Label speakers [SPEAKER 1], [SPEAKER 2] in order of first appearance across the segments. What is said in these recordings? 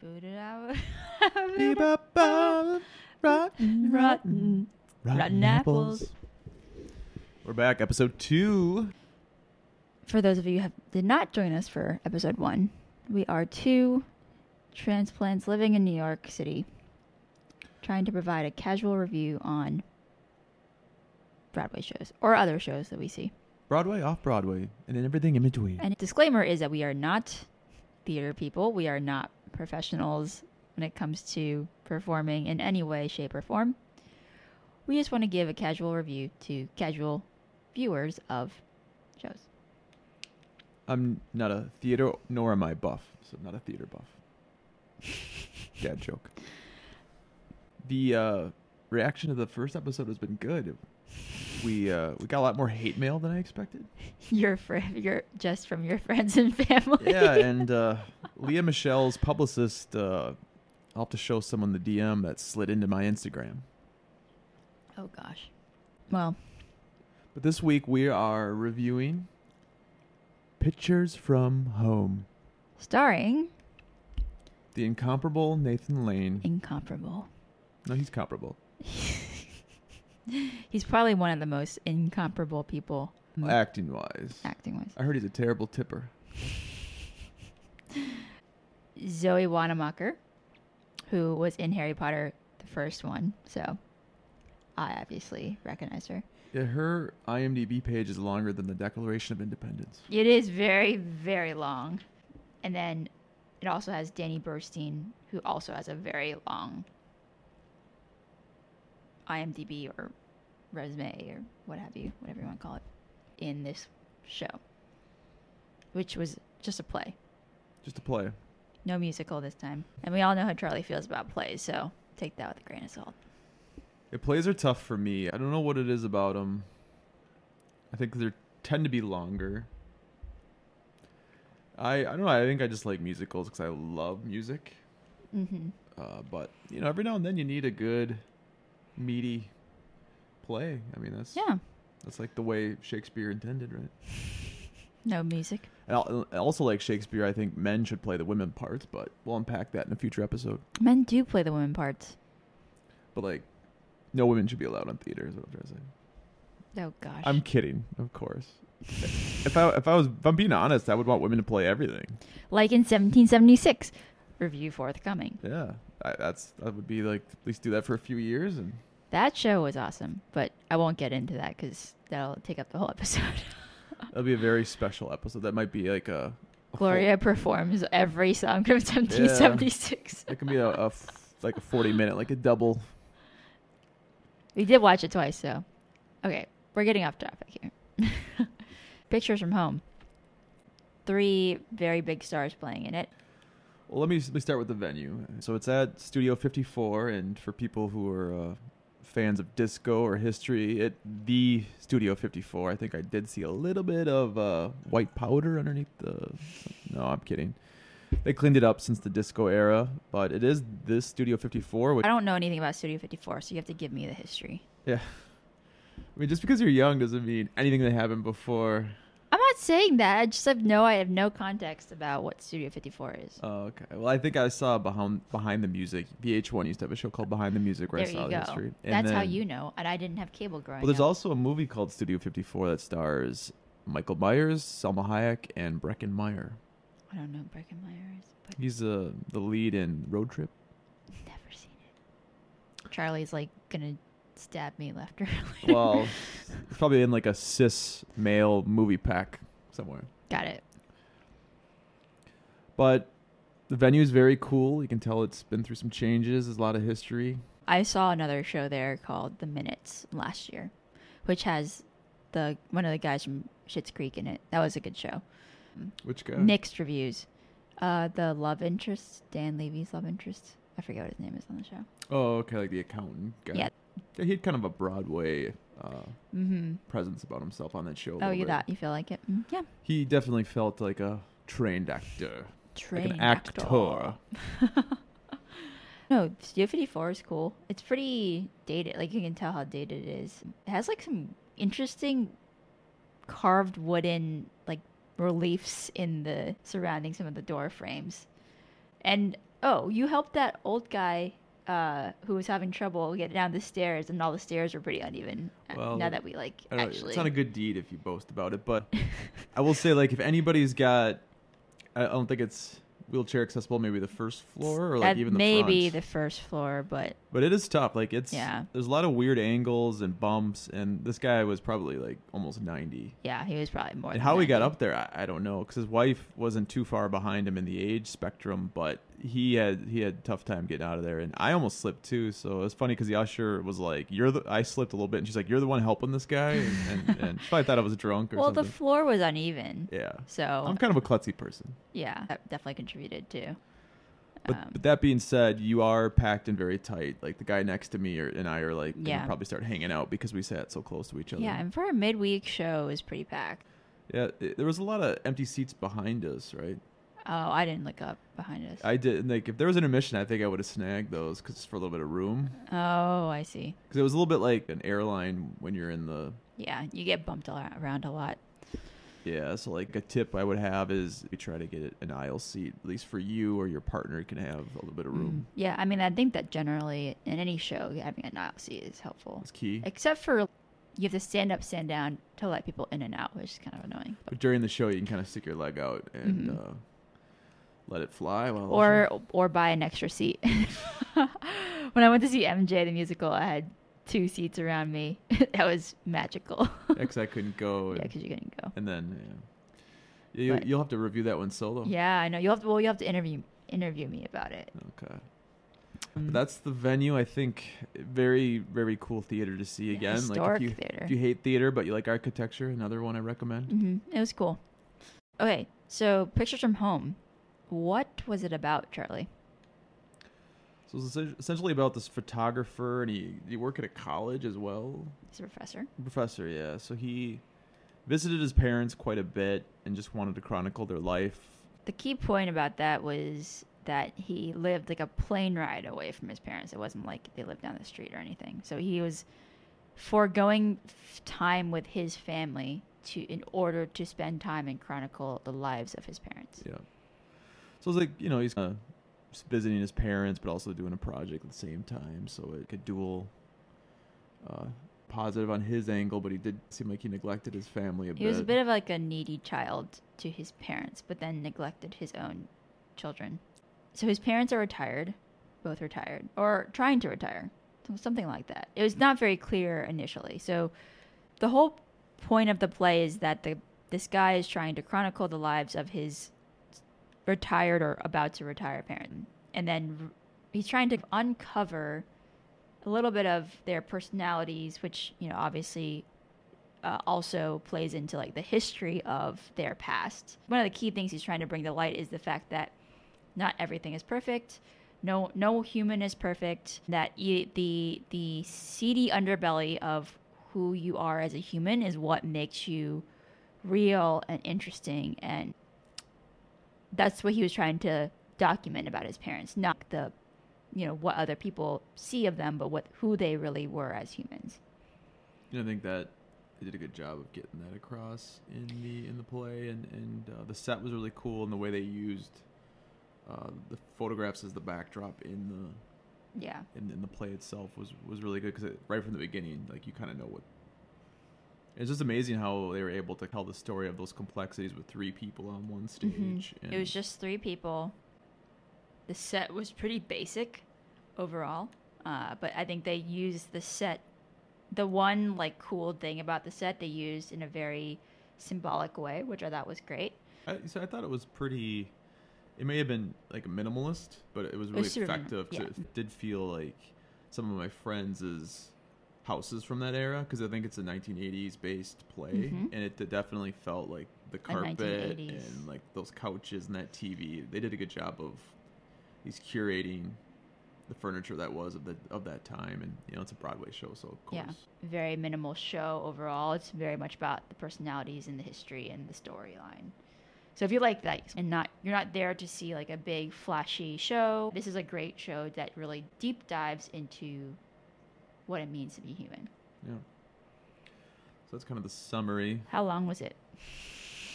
[SPEAKER 1] Booted out.
[SPEAKER 2] Rotten, rotten,
[SPEAKER 1] Rotten. rotten apples.
[SPEAKER 2] We're back, episode two.
[SPEAKER 1] For those of you who have, did not join us for episode one, we are two transplants living in New York City trying to provide a casual review on Broadway shows or other shows that we see.
[SPEAKER 2] Broadway, off Broadway, and then everything in between.
[SPEAKER 1] And disclaimer is that we are not theater people. We are not professionals when it comes to performing in any way, shape, or form. We just want to give a casual review to casual viewers of shows.
[SPEAKER 2] I'm not a theater, nor am I buff, so I'm not a theater buff. Dad joke. The uh, reaction to the first episode has been good. We uh, we got a lot more hate mail than I expected.
[SPEAKER 1] Your friend, your just from your friends and family.
[SPEAKER 2] Yeah, and uh, Leah Michelle's publicist. Uh, I'll have to show someone the DM that slid into my Instagram.
[SPEAKER 1] oh gosh. Well,
[SPEAKER 2] But this week we are reviewing Pictures from Home.
[SPEAKER 1] starring
[SPEAKER 2] The incomparable Nathan Lane.
[SPEAKER 1] incomparable.
[SPEAKER 2] No, he's comparable.
[SPEAKER 1] He's probably one of the most incomparable people
[SPEAKER 2] Acting wise.
[SPEAKER 1] acting wise.
[SPEAKER 2] I heard he's a terrible tipper.
[SPEAKER 1] Zoe Wanamaker, who was in Harry Potter, the first one. So I obviously recognize her.
[SPEAKER 2] Yeah, her IMDb page is longer than the Declaration of Independence.
[SPEAKER 1] It is very, very long. And then it also has Danny Burstein, who also has a very long IMDb or resume or what have you, whatever you want to call it, in this show, which was just a play.
[SPEAKER 2] Just a play.
[SPEAKER 1] No musical this time. And we all know how Charlie feels about plays, so take that with a grain of salt.
[SPEAKER 2] Yeah, plays are tough for me. I don't know what it is about them. I think they tend to be longer. I I don't know. I think I just like musicals because I love music.
[SPEAKER 1] Mm-hmm.
[SPEAKER 2] Uh, but you know, every now and then you need a good, meaty play. I mean, that's
[SPEAKER 1] Yeah.
[SPEAKER 2] that's like the way Shakespeare intended, right?
[SPEAKER 1] No music.
[SPEAKER 2] And al- also, like Shakespeare, I think men should play the women parts, but we'll unpack that in a future episode.
[SPEAKER 1] Men do play the women parts.
[SPEAKER 2] But like, no women should be allowed on theater. Is what I'm trying to say.
[SPEAKER 1] Oh gosh.
[SPEAKER 2] I'm kidding, of course. if I if I was if I'm being honest, I would want women to play everything.
[SPEAKER 1] like in 1776. Review forthcoming.
[SPEAKER 2] Yeah, I, that's that would be like at least do that for a few years and
[SPEAKER 1] That show was awesome, but I won't get into that because that'll take up the whole episode.
[SPEAKER 2] that'll be a very special episode. That might be like a, a full-
[SPEAKER 1] Gloria performs every song from 1776.
[SPEAKER 2] It can be a, a f- like a forty minute, like a double.
[SPEAKER 1] We did watch it twice, so. Okay, we're getting off topic here. Pictures from Home. Three very big stars playing in it.
[SPEAKER 2] Well, let me let me start with the venue. So it's at Studio 54, and for people who are uh, fans of disco or history, it the Studio 54. I think I did see a little bit of uh, white powder underneath the. No, I'm kidding. They cleaned it up since the disco era, but it is this Studio 54. Which
[SPEAKER 1] I don't know anything about Studio 54, so you have to give me the history.
[SPEAKER 2] yeah, I mean, just because you're young doesn't mean anything that happened before.
[SPEAKER 1] I'm not saying that. I just have no. I have no context about what Studio 54 is.
[SPEAKER 2] Oh, okay. Well, I think I saw behind behind the music. VH1 used to have a show called Behind the Music where
[SPEAKER 1] there
[SPEAKER 2] I saw
[SPEAKER 1] you
[SPEAKER 2] the
[SPEAKER 1] go.
[SPEAKER 2] history. And
[SPEAKER 1] That's how
[SPEAKER 2] then-
[SPEAKER 1] you know. And I didn't have cable growing
[SPEAKER 2] Well, there's
[SPEAKER 1] up.
[SPEAKER 2] also a movie called Studio 54 that stars Michael Myers, Selma Hayek, and Brecken Meyer.
[SPEAKER 1] I don't know who Breaking Myers, but
[SPEAKER 2] He's uh, the lead in Road Trip.
[SPEAKER 1] never seen it. Charlie's like gonna stab me left or right.
[SPEAKER 2] Well, it's probably in like a cis male movie pack somewhere.
[SPEAKER 1] got it.
[SPEAKER 2] But the venue is very cool. You can tell it's been through some changes. There's a lot of history.
[SPEAKER 1] I saw another show there called The Minutes last year, which has the one of the guys from Schitt's Creek in it. That was a good show.
[SPEAKER 2] Which guy?
[SPEAKER 1] Mixed reviews. Uh, the love interest, Dan Levy's love interest. I forget what his name is on the show.
[SPEAKER 2] Oh, okay, like the accountant guy.
[SPEAKER 1] Yeah.
[SPEAKER 2] Yeah, he had kind of a Broadway uh,
[SPEAKER 1] Mm-hmm.
[SPEAKER 2] presence about himself on that show. a
[SPEAKER 1] Oh,
[SPEAKER 2] little
[SPEAKER 1] you
[SPEAKER 2] bit.
[SPEAKER 1] thought you feel like it? Mm, yeah.
[SPEAKER 2] He definitely felt like a trained actor,
[SPEAKER 1] Trained
[SPEAKER 2] like an actor.
[SPEAKER 1] No, Studio 54 is cool. It's pretty dated. Like, you can tell how dated it is. It has, like, some interesting carved wooden, like, reliefs in the surrounding some of the door frames. And oh, you helped that old guy uh, who was having trouble get down the stairs, and all the stairs were pretty uneven. uh,
[SPEAKER 2] Well,
[SPEAKER 1] now that we like
[SPEAKER 2] I don't know,
[SPEAKER 1] actually,
[SPEAKER 2] it's not a good deed if you boast about it, but I will say, like, if anybody's got, I I don't think it's wheelchair accessible. Maybe the first floor, or like
[SPEAKER 1] At
[SPEAKER 2] even the
[SPEAKER 1] maybe
[SPEAKER 2] front.
[SPEAKER 1] the first floor, but
[SPEAKER 2] but it is tough. Like, it's
[SPEAKER 1] Yeah.
[SPEAKER 2] There's a lot of weird angles and bumps, and this guy was probably like almost ninety.
[SPEAKER 1] yeah, he was probably more.
[SPEAKER 2] And
[SPEAKER 1] than
[SPEAKER 2] how he got
[SPEAKER 1] 90.
[SPEAKER 2] up there, I, I don't know, because his wife wasn't too far behind him in the age spectrum, but he had he had a tough time getting out of there, and I almost slipped too. So it was funny because the usher was like, "You're the," I slipped a little bit, and she's like, "You're the one helping this guy," and, and, and she probably thought I was drunk or
[SPEAKER 1] Well, the
[SPEAKER 2] something.
[SPEAKER 1] floor was uneven,
[SPEAKER 2] yeah,
[SPEAKER 1] so
[SPEAKER 2] I'm kind of a klutzy person.
[SPEAKER 1] yeah, that definitely contributed too. Um,
[SPEAKER 2] But, but that being said, you are packed and very tight. Like the guy next to me or, and I are like, gonna
[SPEAKER 1] Yeah.
[SPEAKER 2] probably start hanging out because we sat so close to each other.
[SPEAKER 1] yeah, and for a midweek show, it was pretty packed.
[SPEAKER 2] yeah. it- there was a lot of empty seats behind us, right?
[SPEAKER 1] Oh, I didn't look up behind us.
[SPEAKER 2] I did like if there was an intermission, I think I would have snagged those because for a little bit of room.
[SPEAKER 1] oh, I see.
[SPEAKER 2] Because it was a little bit like an airline when you're in the
[SPEAKER 1] Yeah, you get bumped a lot- around a lot.
[SPEAKER 2] yeah. So like a tip I would have is you try to get an aisle seat at least for you or your partner can have a little bit of room.
[SPEAKER 1] Mm, Yeah, I mean, I think that generally in any show, having an aisle seat is helpful.
[SPEAKER 2] It's key.
[SPEAKER 1] Except for you have to stand up, stand down to let people in and out, which is kind of annoying.
[SPEAKER 2] But during the show, you can kind of stick your leg out and
[SPEAKER 1] Mhm.
[SPEAKER 2] uh, let it fly. While
[SPEAKER 1] Or or buy an extra seat. when I went to see MJ the musical, I had two seats around me. that was magical.
[SPEAKER 2] because I couldn't go.
[SPEAKER 1] yeah,
[SPEAKER 2] And,
[SPEAKER 1] because you couldn't go.
[SPEAKER 2] and then yeah, you,
[SPEAKER 1] But-
[SPEAKER 2] you'll have to review that one solo.
[SPEAKER 1] Yeah, I know. You will have to. Well, you will have to interview interview me about it. Mm.
[SPEAKER 2] Okay.
[SPEAKER 1] Mm-hmm.
[SPEAKER 2] But that's the venue. I think very very cool theater to see
[SPEAKER 1] Yeah,
[SPEAKER 2] again. like
[SPEAKER 1] historic
[SPEAKER 2] if you,
[SPEAKER 1] theater.
[SPEAKER 2] if you hate theater but you like architecture, another one I recommend.
[SPEAKER 1] hmm It was cool. Okay, so pictures from home. What was it about, Charlie?
[SPEAKER 2] So it's essen- essentially about this photographer, and he he worked at a college as well.
[SPEAKER 1] He's a professor.
[SPEAKER 2] Professor, yeah. So he visited his parents quite a bit and just wanted to chronicle their life.
[SPEAKER 1] The key point about that was that he lived like a plane ride away from his parents. It wasn't like they lived down the street or anything. So he was foregoing f- time with his family to in order to spend time and chronicle the lives of his parents.
[SPEAKER 2] Yeah. So it's like you know he's uh, s- visiting his parents, but also doing a project at the same time. So it could dual. Uh, positive on his angle, but he did seem like he neglected his family a
[SPEAKER 1] He
[SPEAKER 2] bit.
[SPEAKER 1] was a bit of like a needy child to his parents, but then neglected his own children. So his parents are retired, both retired, or trying to retire, so something like that. It was not very clear initially. So the whole point of the play is that the this guy is trying to chronicle the lives of his retired or about to retire parent, and then r- he's trying to uncover a little bit of their personalities, which you know obviously uh, also plays into like the history of their past. One of the key things he's trying to bring to light is the fact that not everything is perfect. No, no human is perfect. That you, the the seedy underbelly of who you are as a human is what makes you real and interesting, and that's what he was trying to document about his parents, not the you know what other people see of them, but what who they really were as humans.
[SPEAKER 2] And I think that they did a good job of getting that across in the in the play, and and uh, the set was really cool, and the way they used uh, the photographs as the backdrop in the
[SPEAKER 1] Yeah.
[SPEAKER 2] in, in the play itself was was really good because right from the beginning, like you kind of know what. It's just amazing how they were able to tell the story of those complexities with three people on one stage.
[SPEAKER 1] Mhm.
[SPEAKER 2] And
[SPEAKER 1] It was just three people. The set was pretty basic overall, uh, but I think they used the set. The one like cool thing about the set they used in a very symbolic way, which I thought was great.
[SPEAKER 2] I, so I thought it was pretty. It may have been like minimalist, but it was really
[SPEAKER 1] super minim-
[SPEAKER 2] effective. 'cause
[SPEAKER 1] yeah.
[SPEAKER 2] It did feel like some of my friends' houses from that era, because I think it's a 1980s based play,
[SPEAKER 1] Mhm.
[SPEAKER 2] and it d- definitely felt like the carpet
[SPEAKER 1] 1980s.
[SPEAKER 2] and like those couches and that TV. They did a good job of he's curating the furniture that was of the of that time, and you know it's a Broadway show, so of course.
[SPEAKER 1] Yeah, very minimal show overall. It's very much about the personalities and the history and the storyline. So if you like that and not you're not there to see like a big flashy show, this is a great show that really deep dives into what it means to be human.
[SPEAKER 2] yeah. So that's kind of the summary.
[SPEAKER 1] How long was it?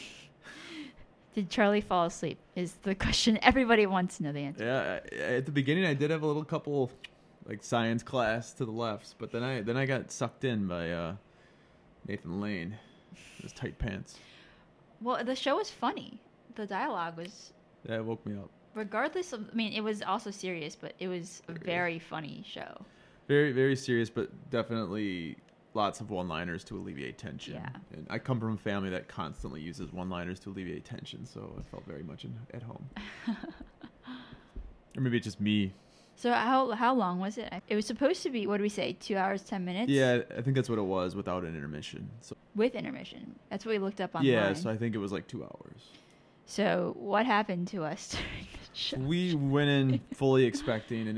[SPEAKER 1] Did Charlie fall asleep? Is the question everybody wants to know the answer.
[SPEAKER 2] Yeah, I- at the beginning I did have a little couple like science class to the left, but then I then I got sucked in by uh, Nathan Lane, his tight pants.
[SPEAKER 1] Well, the show was funny. The dialogue was,
[SPEAKER 2] That woke me up.
[SPEAKER 1] regardless of, I mean, it was also serious, but it was a very funny show.
[SPEAKER 2] Very very serious, but definitely lots of one-liners to alleviate tension.
[SPEAKER 1] Yeah.
[SPEAKER 2] And I come from a family that constantly uses one-liners to alleviate tension, so I felt very much in, at home. or maybe it's just me.
[SPEAKER 1] So how how long was it? It was supposed to be what do we say? Two hours ten minutes.
[SPEAKER 2] yeah, I think that's what it was without an intermission. So
[SPEAKER 1] With intermission. That's what we looked up online.
[SPEAKER 2] yeah, so I think it was like two hours.
[SPEAKER 1] So what happened to us during the show?
[SPEAKER 2] We went in fully expecting an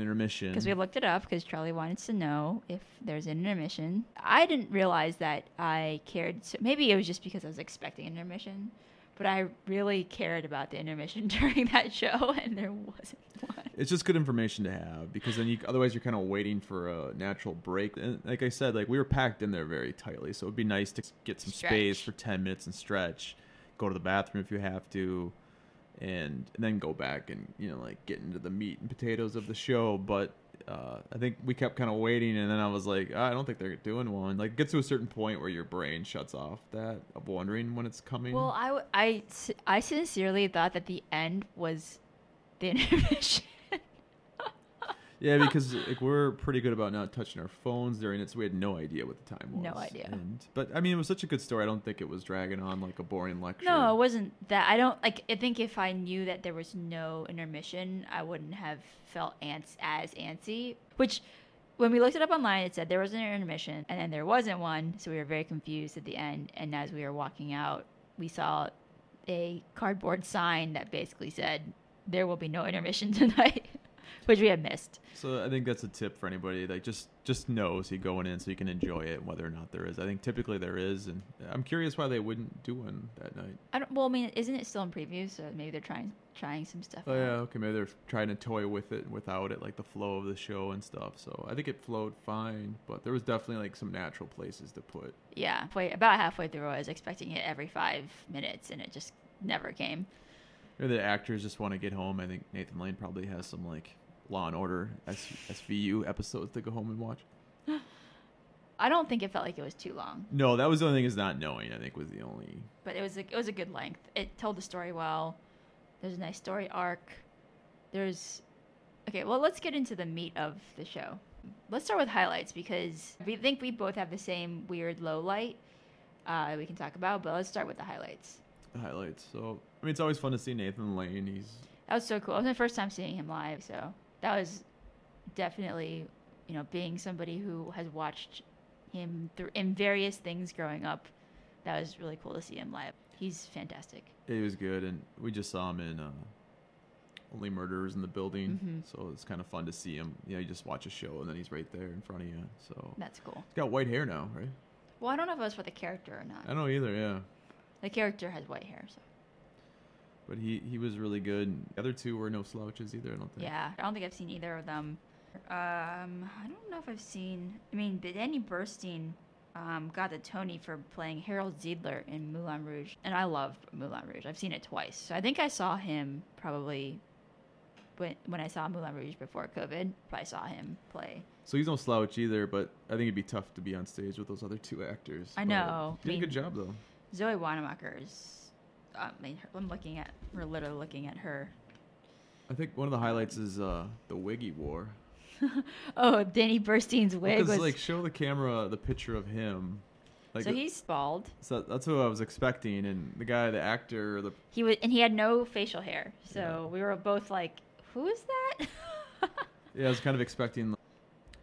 [SPEAKER 2] intermission.
[SPEAKER 1] because we looked it up because Charlie wanted to know if there's an intermission. I didn't realize that I cared. So maybe it was just because I was expecting an intermission, but I really cared about the intermission during that show, and there wasn't one.
[SPEAKER 2] it's just good information to have because then you otherwise you're kind of waiting for a natural break. And like I said, like we were packed in there very tightly, so it'd be nice to get some space for
[SPEAKER 1] Stretch.
[SPEAKER 2] 10 minutes and stretch, go to the bathroom if you have to, and, and then go back and you know like get into the meat and potatoes of the show, but uh, I think we kept kind of waiting, and then I was like, "Ah, I don't think they're doing one. Like, it gets to a certain point where your brain shuts off that of wondering when it's coming.
[SPEAKER 1] Well, I, w- I s- I sincerely thought that the end was the intermission.
[SPEAKER 2] Yeah, because like we're pretty good about not touching our phones during it, so we had no idea what the time was.
[SPEAKER 1] No idea.
[SPEAKER 2] And, but I mean, it was such a good story. I don't think it was dragging on like a boring lecture.
[SPEAKER 1] No, it wasn't that. I don't like. I think if I knew that there was no intermission, I wouldn't have felt ants as antsy. Which, when we looked it up online, it said there was an intermission, and then there wasn't one, so we were very confused at the end. And as we were walking out, we saw a cardboard sign that basically said, "There will be no intermission tonight," which we had missed.
[SPEAKER 2] So I think that's a tip for anybody. Like just just know so you going in so you can enjoy it, whether or not there is. I think typically there is, and I'm curious why they wouldn't do one that night.
[SPEAKER 1] I don't. Well, I mean, isn't it still in preview? So maybe they're trying trying some stuff.
[SPEAKER 2] Oh
[SPEAKER 1] out.
[SPEAKER 2] yeah, okay, maybe they're trying to toy with it and without it, like the flow of the show and stuff. So I think it flowed fine, but there was definitely like some natural places to put
[SPEAKER 1] Yeah, halfway, about halfway through, I was expecting it every five minutes, and it just never came.
[SPEAKER 2] Or the actors just want to get home. I think Nathan Lane probably has some like Law and Order S- SVU episodes to go home and watch.
[SPEAKER 1] I don't think it felt like it was too long,
[SPEAKER 2] No, that was the only thing is not knowing. I think was the only.
[SPEAKER 1] but it was a, it was a good length. It told the story well. There's a nice story arc. There's okay. Well, let's get into the meat of the show. Let's start with highlights because we think we both have the same weird low light uh, that we can talk about. But let's start with the highlights.
[SPEAKER 2] highlights. So I mean, it's always fun to see Nathan Lane. He's
[SPEAKER 1] That was so cool. It was my first time seeing him live, so that was definitely, you know, being somebody who has watched him through in various things growing up. That was really cool to see him live. He's fantastic.
[SPEAKER 2] he was good, and we just saw him in uh, Only Murderers in the Building.
[SPEAKER 1] Mhm.
[SPEAKER 2] So it's kind of fun to see him. You know, you just watch a show and then he's right there in front of you. So
[SPEAKER 1] That's cool.
[SPEAKER 2] he's got white hair now, right?
[SPEAKER 1] Well, I don't know if it was for the character or
[SPEAKER 2] I
[SPEAKER 1] not.
[SPEAKER 2] don't know either. Yeah.
[SPEAKER 1] The character has white hair, so
[SPEAKER 2] But he, he was really good. And the other two were no slouches either, I don't think.
[SPEAKER 1] yeah. I don't think I've seen either of them. Um, I don't know if I've seen. I mean, but Danny Burstein um, got the Tony for playing Harold Ziedler in Moulin Rouge, and I love Moulin Rouge. I've seen it twice, so I think I saw him probably when when I saw Moulin Rouge before COVID. Probably saw him play.
[SPEAKER 2] So he's no slouch either, but I think it'd be tough to be on stage with those other two actors.
[SPEAKER 1] I
[SPEAKER 2] But
[SPEAKER 1] know.
[SPEAKER 2] He did
[SPEAKER 1] I
[SPEAKER 2] a good
[SPEAKER 1] mean-
[SPEAKER 2] job though.
[SPEAKER 1] Zoe Wanamaker's. I mean, her, I'm looking at. We're literally looking at her.
[SPEAKER 2] I think one of the highlights is uh, the wig he wore.
[SPEAKER 1] Oh, Danny Burstein's wig
[SPEAKER 2] Because
[SPEAKER 1] was.
[SPEAKER 2] like show the camera the picture of him. Like
[SPEAKER 1] so he's bald.
[SPEAKER 2] so that's what I was expecting, and the guy, the actor, the
[SPEAKER 1] He was, and he had no facial hair. So
[SPEAKER 2] Yeah.
[SPEAKER 1] we were both like, "Who is that?"
[SPEAKER 2] yeah, I was kind of expecting like,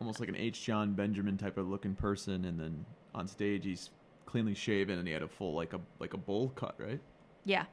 [SPEAKER 2] almost like an H. John Benjamin type of looking person, and then on stage he's cleanly shaven and he had a full like a like a bowl cut, right?
[SPEAKER 1] yeah,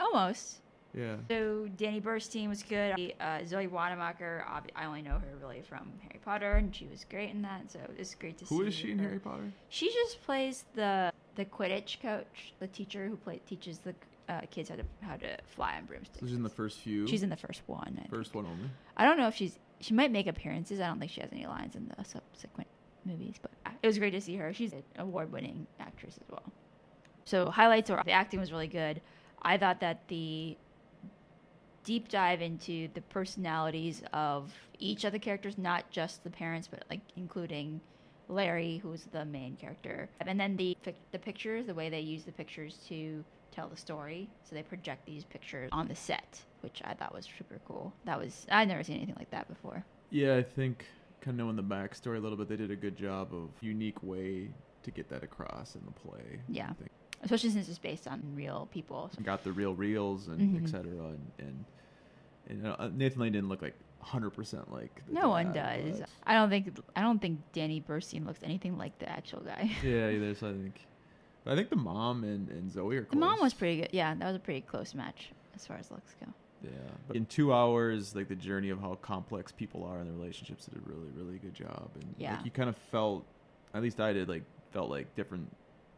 [SPEAKER 1] almost.
[SPEAKER 2] Yeah.
[SPEAKER 1] So Danny Burstein was good. Uh, Zoe Wanamaker, ob- I only know her really from Harry Potter, and she was great in that. So it's great to see.
[SPEAKER 2] Who is she in
[SPEAKER 1] her.
[SPEAKER 2] Harry Potter?
[SPEAKER 1] She just plays the the Quidditch coach, the teacher who play, teaches the uh, kids how to how to fly on broomsticks.
[SPEAKER 2] So she's in the first few.
[SPEAKER 1] She's in the first one. I,
[SPEAKER 2] first one only.
[SPEAKER 1] I don't know if she's she might make appearances. I don't think she has any lines in the subsequent movies, but it was great to see her. She's an award-winning actress as well. So highlights were the acting was really good. I thought that the deep dive into the personalities of each of the characters, not just the parents, but like including Larry, who's the main character, and then the pic- the pictures, the way they use the pictures to tell the story. So they project these pictures on the set, which I thought was super cool. That was I'd never seen anything like that before.
[SPEAKER 2] Yeah, I think kind of knowing the backstory a little bit, they did a good job of unique way to get that across in the play.
[SPEAKER 1] Yeah.
[SPEAKER 2] I think.
[SPEAKER 1] Especially since it's based on real people. So-
[SPEAKER 2] Got the real reels and
[SPEAKER 1] Mhm.
[SPEAKER 2] et cetera, and and, and uh, Nathan Lane didn't look like hundred percent like. the
[SPEAKER 1] No one
[SPEAKER 2] dad,
[SPEAKER 1] does.
[SPEAKER 2] but-
[SPEAKER 1] I don't think I don't think Danny Burstein looks anything like the actual guy.
[SPEAKER 2] Yeah, either. So I think, but I think the mom and, and Zoe are.
[SPEAKER 1] The mom
[SPEAKER 2] close.
[SPEAKER 1] was pretty good. Yeah, that was a pretty close match as far as looks go.
[SPEAKER 2] Yeah. But in two hours, like the journey of how complex people are in their relationships did a really, really good job. And
[SPEAKER 1] Yeah.
[SPEAKER 2] like you kind of felt at least I did, like felt like different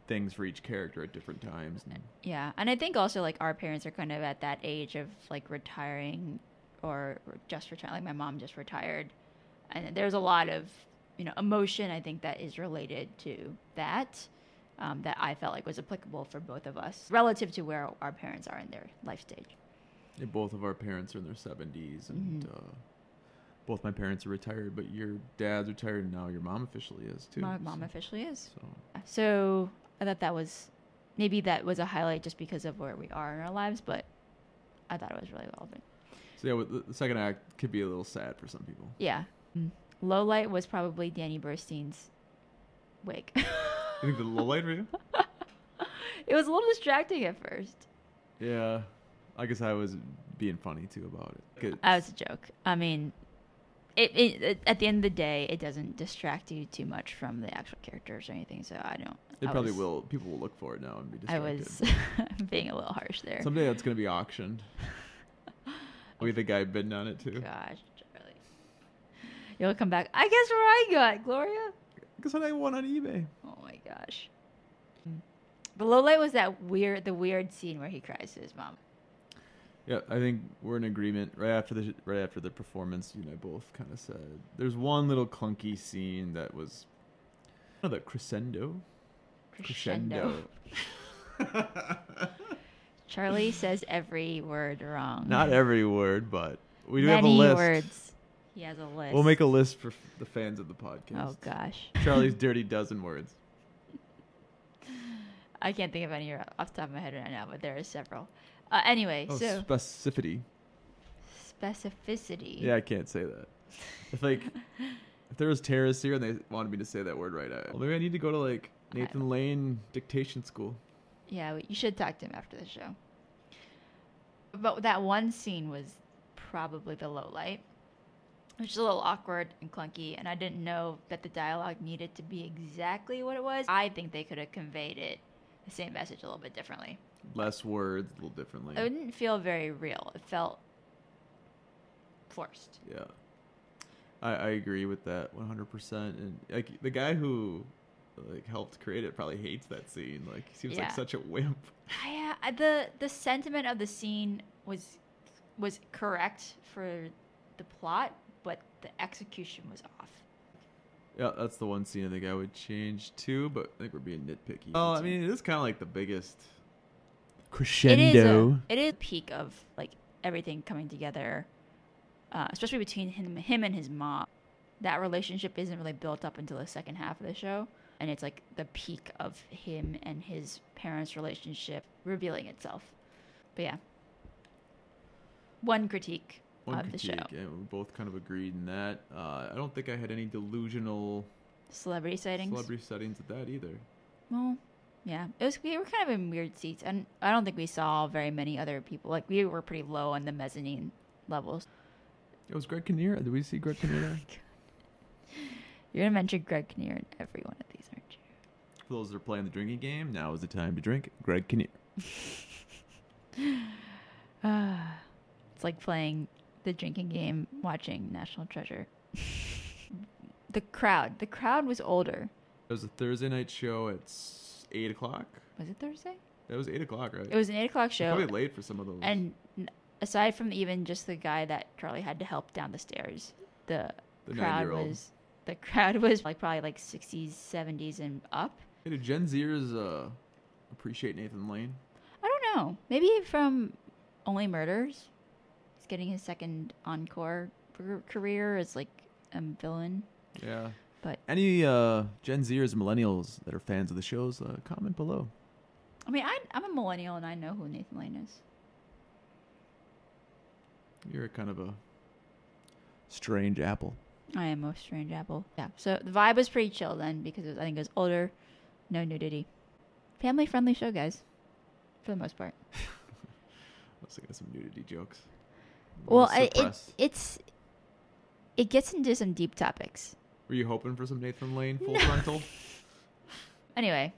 [SPEAKER 2] things for each character at different times. And
[SPEAKER 1] Yeah, and I think also like our parents are kind of at that age of like retiring or just retiring. Like my mom just retired, and there's a lot of you know emotion I think that is related to that um, that I felt like was applicable for both of us relative to where our parents are in their life stage.
[SPEAKER 2] and both of our parents are in their seventies and
[SPEAKER 1] Mhm.
[SPEAKER 2] uh both my parents are retired, but your dad's retired and now your mom officially is too.
[SPEAKER 1] My
[SPEAKER 2] so-
[SPEAKER 1] mom officially is.
[SPEAKER 2] so
[SPEAKER 1] So I thought that was maybe that was a highlight just because of where we are in our lives, but I thought it was really relevant.
[SPEAKER 2] so yeah, with the- the second act could be a little sad for some people.
[SPEAKER 1] Yeah.
[SPEAKER 2] Mm.
[SPEAKER 1] Low light was probably Danny Burstein's wig.
[SPEAKER 2] You think the low light for you?
[SPEAKER 1] it was a little distracting at first.
[SPEAKER 2] Yeah, I guess I was being funny too about it. Good.
[SPEAKER 1] That was a joke. I mean, it, it, it- at the end of the day, it doesn't distract you too much from the actual characters or anything. So I don't.
[SPEAKER 2] It
[SPEAKER 1] I
[SPEAKER 2] probably
[SPEAKER 1] was-
[SPEAKER 2] will. People will look for it now and be
[SPEAKER 1] I
[SPEAKER 2] distracted.
[SPEAKER 1] was being a little harsh there.
[SPEAKER 2] Someday that's gonna be auctioned. we the guy bidding on it too.
[SPEAKER 1] Gosh, Charlie. You'll come back. I guess where I got Gloria.
[SPEAKER 2] Guess what I won on eBay?
[SPEAKER 1] Oh my gosh.
[SPEAKER 2] Hmm.
[SPEAKER 1] The low light was that weird, the weird scene where he cries to his mom.
[SPEAKER 2] Yeah, I think we're in agreement. Right after the right after the performance, you and I both kind of said there's one little clunky scene that was. Oh, the crescendo.
[SPEAKER 1] Charlie says every word wrong.
[SPEAKER 2] Not every word, but we do
[SPEAKER 1] Many
[SPEAKER 2] have a list.
[SPEAKER 1] words. He has a list.
[SPEAKER 2] We'll make a list for f- the fans of the podcast.
[SPEAKER 1] Oh gosh,
[SPEAKER 2] Charlie's dirty dozen words.
[SPEAKER 1] I can't think of any off the top of my head right now, but there are several. Uh, anyway,
[SPEAKER 2] Oh,
[SPEAKER 1] so
[SPEAKER 2] specificity.
[SPEAKER 1] specificity.
[SPEAKER 2] Yeah, I can't say that. If like if there was terrorists here and they wanted me to say that word right, I well, maybe I need to go to like Nathan Lane dictation school.
[SPEAKER 1] Yeah, you should talk to him after the show. But that one scene was probably the low light, which is a little awkward and clunky, and I didn't know that the dialogue needed to be exactly what it was. I think they could have conveyed it, the same message, a little bit differently.
[SPEAKER 2] Less words, a little differently.
[SPEAKER 1] It didn't feel very real. It felt forced.
[SPEAKER 2] Yeah, I, I agree with that 100. percent And like the guy who like helped create it probably hates that scene. Like he seems
[SPEAKER 1] Yeah.
[SPEAKER 2] like such a wimp.
[SPEAKER 1] I, uh, the the sentiment of the scene was was correct for the plot, but the execution was off.
[SPEAKER 2] Yeah, that's the one scene I think I would change too. But I think we're being nitpicky. Well, Oh, I mean, it is kind of like the biggest
[SPEAKER 1] it is
[SPEAKER 2] crescendo.
[SPEAKER 1] a, it is peak of like everything coming together uh, especially between him him and his mom that relationship isn't really built up until the second half of the show and it's like the peak of him and his parents relationship revealing itself but yeah one critique
[SPEAKER 2] One
[SPEAKER 1] of
[SPEAKER 2] critique,
[SPEAKER 1] the show
[SPEAKER 2] and we both kind of agreed in that. Uh, I don't think I had any delusional
[SPEAKER 1] celebrity sightings
[SPEAKER 2] celebrity settings at that either.
[SPEAKER 1] well yeah it was we were kind of in weird seats and i don't think we saw very many other people like we were pretty low on the mezzanine levels
[SPEAKER 2] It was Greg Kinnear. Did we see Greg Kinnear? there?
[SPEAKER 1] You're gonna mention Greg Kinnear in every one of these, aren't you?
[SPEAKER 2] For those that are playing the drinking game, now is the time to drink. Greg Kinnear.
[SPEAKER 1] It's like playing the drinking game, watching National Treasure. the crowd. The crowd was older.
[SPEAKER 2] It was a Thursday night show at s- eight o'clock.
[SPEAKER 1] Was it Thursday?
[SPEAKER 2] That was eight o'clock, right?
[SPEAKER 1] It was an eight o'clock
[SPEAKER 2] It's probably
[SPEAKER 1] show,
[SPEAKER 2] late for some of those.
[SPEAKER 1] and n- aside from even just the guy that Charlie had to help down the stairs, the,
[SPEAKER 2] The
[SPEAKER 1] crowd
[SPEAKER 2] 9-year-old.
[SPEAKER 1] was the crowd was like probably like sixties, seventies, and up.
[SPEAKER 2] Hey, do Gen Zers uh, appreciate Nathan Lane?
[SPEAKER 1] I don't don't know. Maybe from Only Murders, he's getting his second encore car- career as like a villain.
[SPEAKER 2] Yeah.
[SPEAKER 1] But
[SPEAKER 2] Any uh, Gen Zers, millennials that are fans of the shows, uh, comment below.
[SPEAKER 1] I mean, I, I'm a millennial and I know who Nathan Lane is.
[SPEAKER 2] You're a kind of a strange apple.
[SPEAKER 1] I am most strange apple. Yeah. So the vibe was pretty chill then because it was, I think it was older, no nudity, family friendly show, guys, for the most part.
[SPEAKER 2] I was thinking of some nudity jokes.
[SPEAKER 1] Well,
[SPEAKER 2] Was
[SPEAKER 1] I, it,
[SPEAKER 2] suppressed.
[SPEAKER 1] it's it gets into some deep topics.
[SPEAKER 2] were you hoping for some Nathan Lane full
[SPEAKER 1] No.
[SPEAKER 2] frontal?
[SPEAKER 1] Anyway,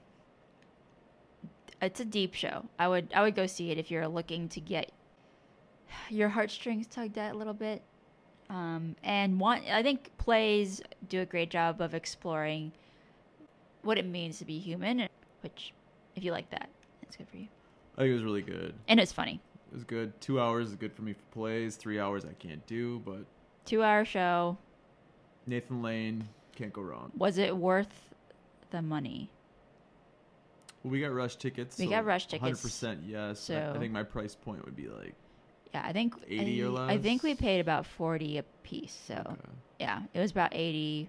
[SPEAKER 1] it's a deep show. I would I would go see it if you're looking to get your heartstrings tugged at a little bit. Um, and want I think plays do a great job of exploring what it means to be human, which if you like that, it's good for you.
[SPEAKER 2] I think it was really good.
[SPEAKER 1] And it's funny.
[SPEAKER 2] It was good. Two hours is good for me for plays. Three hours I can't do, but
[SPEAKER 1] Two hour show.
[SPEAKER 2] Nathan Lane can't go wrong.
[SPEAKER 1] Was it worth the money?
[SPEAKER 2] Well, we got rush tickets.
[SPEAKER 1] We
[SPEAKER 2] so
[SPEAKER 1] got rush tickets.
[SPEAKER 2] 100% yes. I, I
[SPEAKER 1] So-
[SPEAKER 2] think my price point would be like.
[SPEAKER 1] Yeah, I think
[SPEAKER 2] 80
[SPEAKER 1] I,
[SPEAKER 2] or
[SPEAKER 1] I think we
[SPEAKER 2] less?
[SPEAKER 1] paid about forty a piece. So
[SPEAKER 2] okay.
[SPEAKER 1] yeah, it was about 80,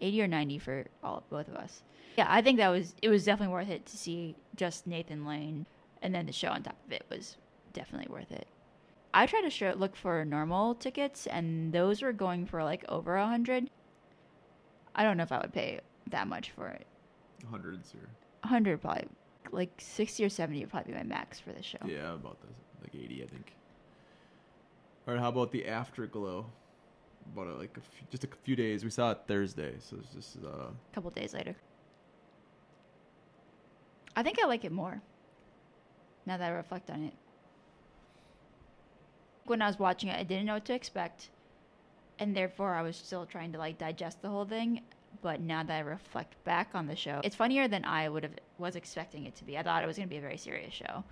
[SPEAKER 1] 80 or ninety for all both of us. Yeah, I think that was it was definitely worth it to see just Nathan Lane, and then the show on top of it was definitely worth it. I tried to show, look for normal tickets, and those were going for like over a hundred. I don't know if I would pay that much for it.
[SPEAKER 2] hundreds or
[SPEAKER 1] hundred probably, like sixty or seventy would probably be my max for this show.
[SPEAKER 2] yeah, about this like eighty, I think. All right, how about the afterglow? About uh, like a few, just a few days. We saw it Thursday, so it's just uh,
[SPEAKER 1] A couple days later. I think I like it more. Now that I reflect on it. When I was watching it, I didn't know what to expect. And therefore I was still trying to like digest the whole thing. But now that I reflect back on the show, it's funnier than I would have was expecting it to be. I thought it was gonna be a very serious show.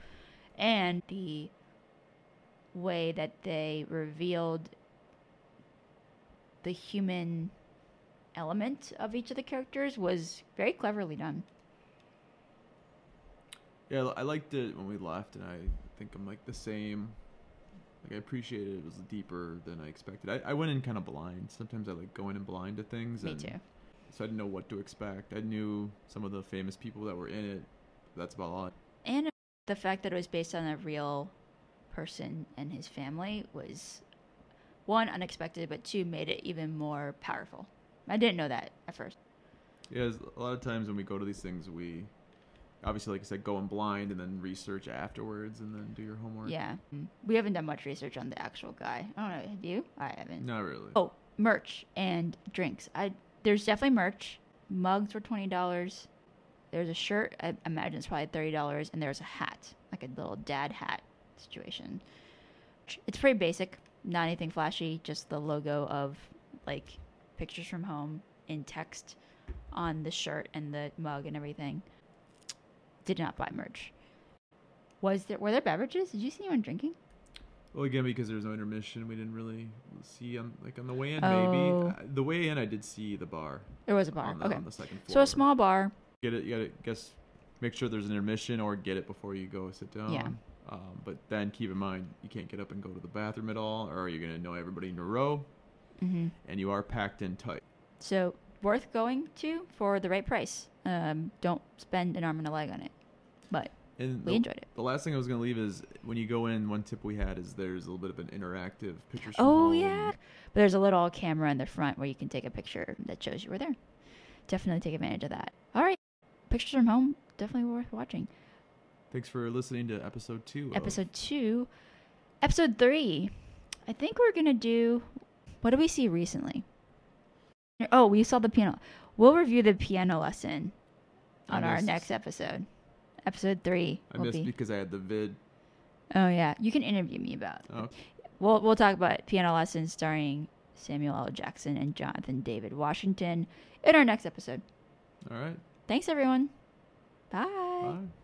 [SPEAKER 1] And the way that they revealed the human element of each of the characters was very cleverly done.
[SPEAKER 2] yeah. I liked it when we left, and I think I'm like the same. Like I appreciated it. It was deeper than I expected. I, I went in kind of blind. Sometimes I like go in and blind to things.
[SPEAKER 1] Me
[SPEAKER 2] and
[SPEAKER 1] too.
[SPEAKER 2] So I didn't know what to expect. I knew some of the famous people that were in it. That's about all.
[SPEAKER 1] And the fact that it was based on a real person and his family was one unexpected, but two made it even more powerful. I didn't know that at first.
[SPEAKER 2] Yeah, there's a lot of times when we go to these things, we obviously, like I said, go in blind and then research afterwards and then do your homework.
[SPEAKER 1] Yeah. Mm. We haven't done much research on the actual guy. I don't know. Have you? I haven't.
[SPEAKER 2] Not really.
[SPEAKER 1] Oh, merch and drinks. I there's definitely merch. Mugs were twenty dollars. There's a shirt. I imagine it's probably thirty dollars, and there's a hat, like a little dad hat situation. It's pretty basic, not anything flashy. Just the logo of like pictures from home in text on the shirt and the mug and everything. Did not buy merch. Was there were there beverages? Did you see anyone drinking?
[SPEAKER 2] Well, again, because there was no intermission, we didn't really see on like on the way in.
[SPEAKER 1] Oh.
[SPEAKER 2] Maybe Uh, the way in, I did see the bar
[SPEAKER 1] There was a bar.
[SPEAKER 2] on the,
[SPEAKER 1] okay,
[SPEAKER 2] on the second floor.
[SPEAKER 1] so a small bar.
[SPEAKER 2] Get it? You gotta guess. Make sure there's an intermission, or get it before you go sit down. Um, but then keep in mind you can't get up and go to the bathroom at all, or you're gonna annoy everybody in your row,
[SPEAKER 1] Mm-hmm.
[SPEAKER 2] and you are packed in tight.
[SPEAKER 1] So worth going to for the right price. Um, don't spend an arm and a leg on it. But
[SPEAKER 2] And
[SPEAKER 1] we
[SPEAKER 2] the-
[SPEAKER 1] enjoyed it.
[SPEAKER 2] The last thing I was gonna leave is when you go in. One tip we had is there's a little bit of an interactive pictures. from
[SPEAKER 1] Oh
[SPEAKER 2] home.
[SPEAKER 1] yeah. But there's a little camera in the front where you can take a picture that shows you were there. Definitely take advantage of that. All right. Pictures from home, definitely worth watching.
[SPEAKER 2] Thanks for listening to episode two. of-
[SPEAKER 1] Episode two. Episode three. I think we're gonna do what did we see recently? Oh, we saw the piano. We'll review the piano lesson
[SPEAKER 2] I
[SPEAKER 1] on our
[SPEAKER 2] missed-
[SPEAKER 1] next episode. Episode three.
[SPEAKER 2] I
[SPEAKER 1] will
[SPEAKER 2] missed
[SPEAKER 1] be.
[SPEAKER 2] because I had the vid.
[SPEAKER 1] Oh yeah, you can interview me about.
[SPEAKER 2] Oh,
[SPEAKER 1] We'll we'll talk about piano lessons starring Samuel L. Jackson and Jonathan David Washington in our next episode.
[SPEAKER 2] all right.
[SPEAKER 1] Thanks everyone. Bye.
[SPEAKER 2] Bye.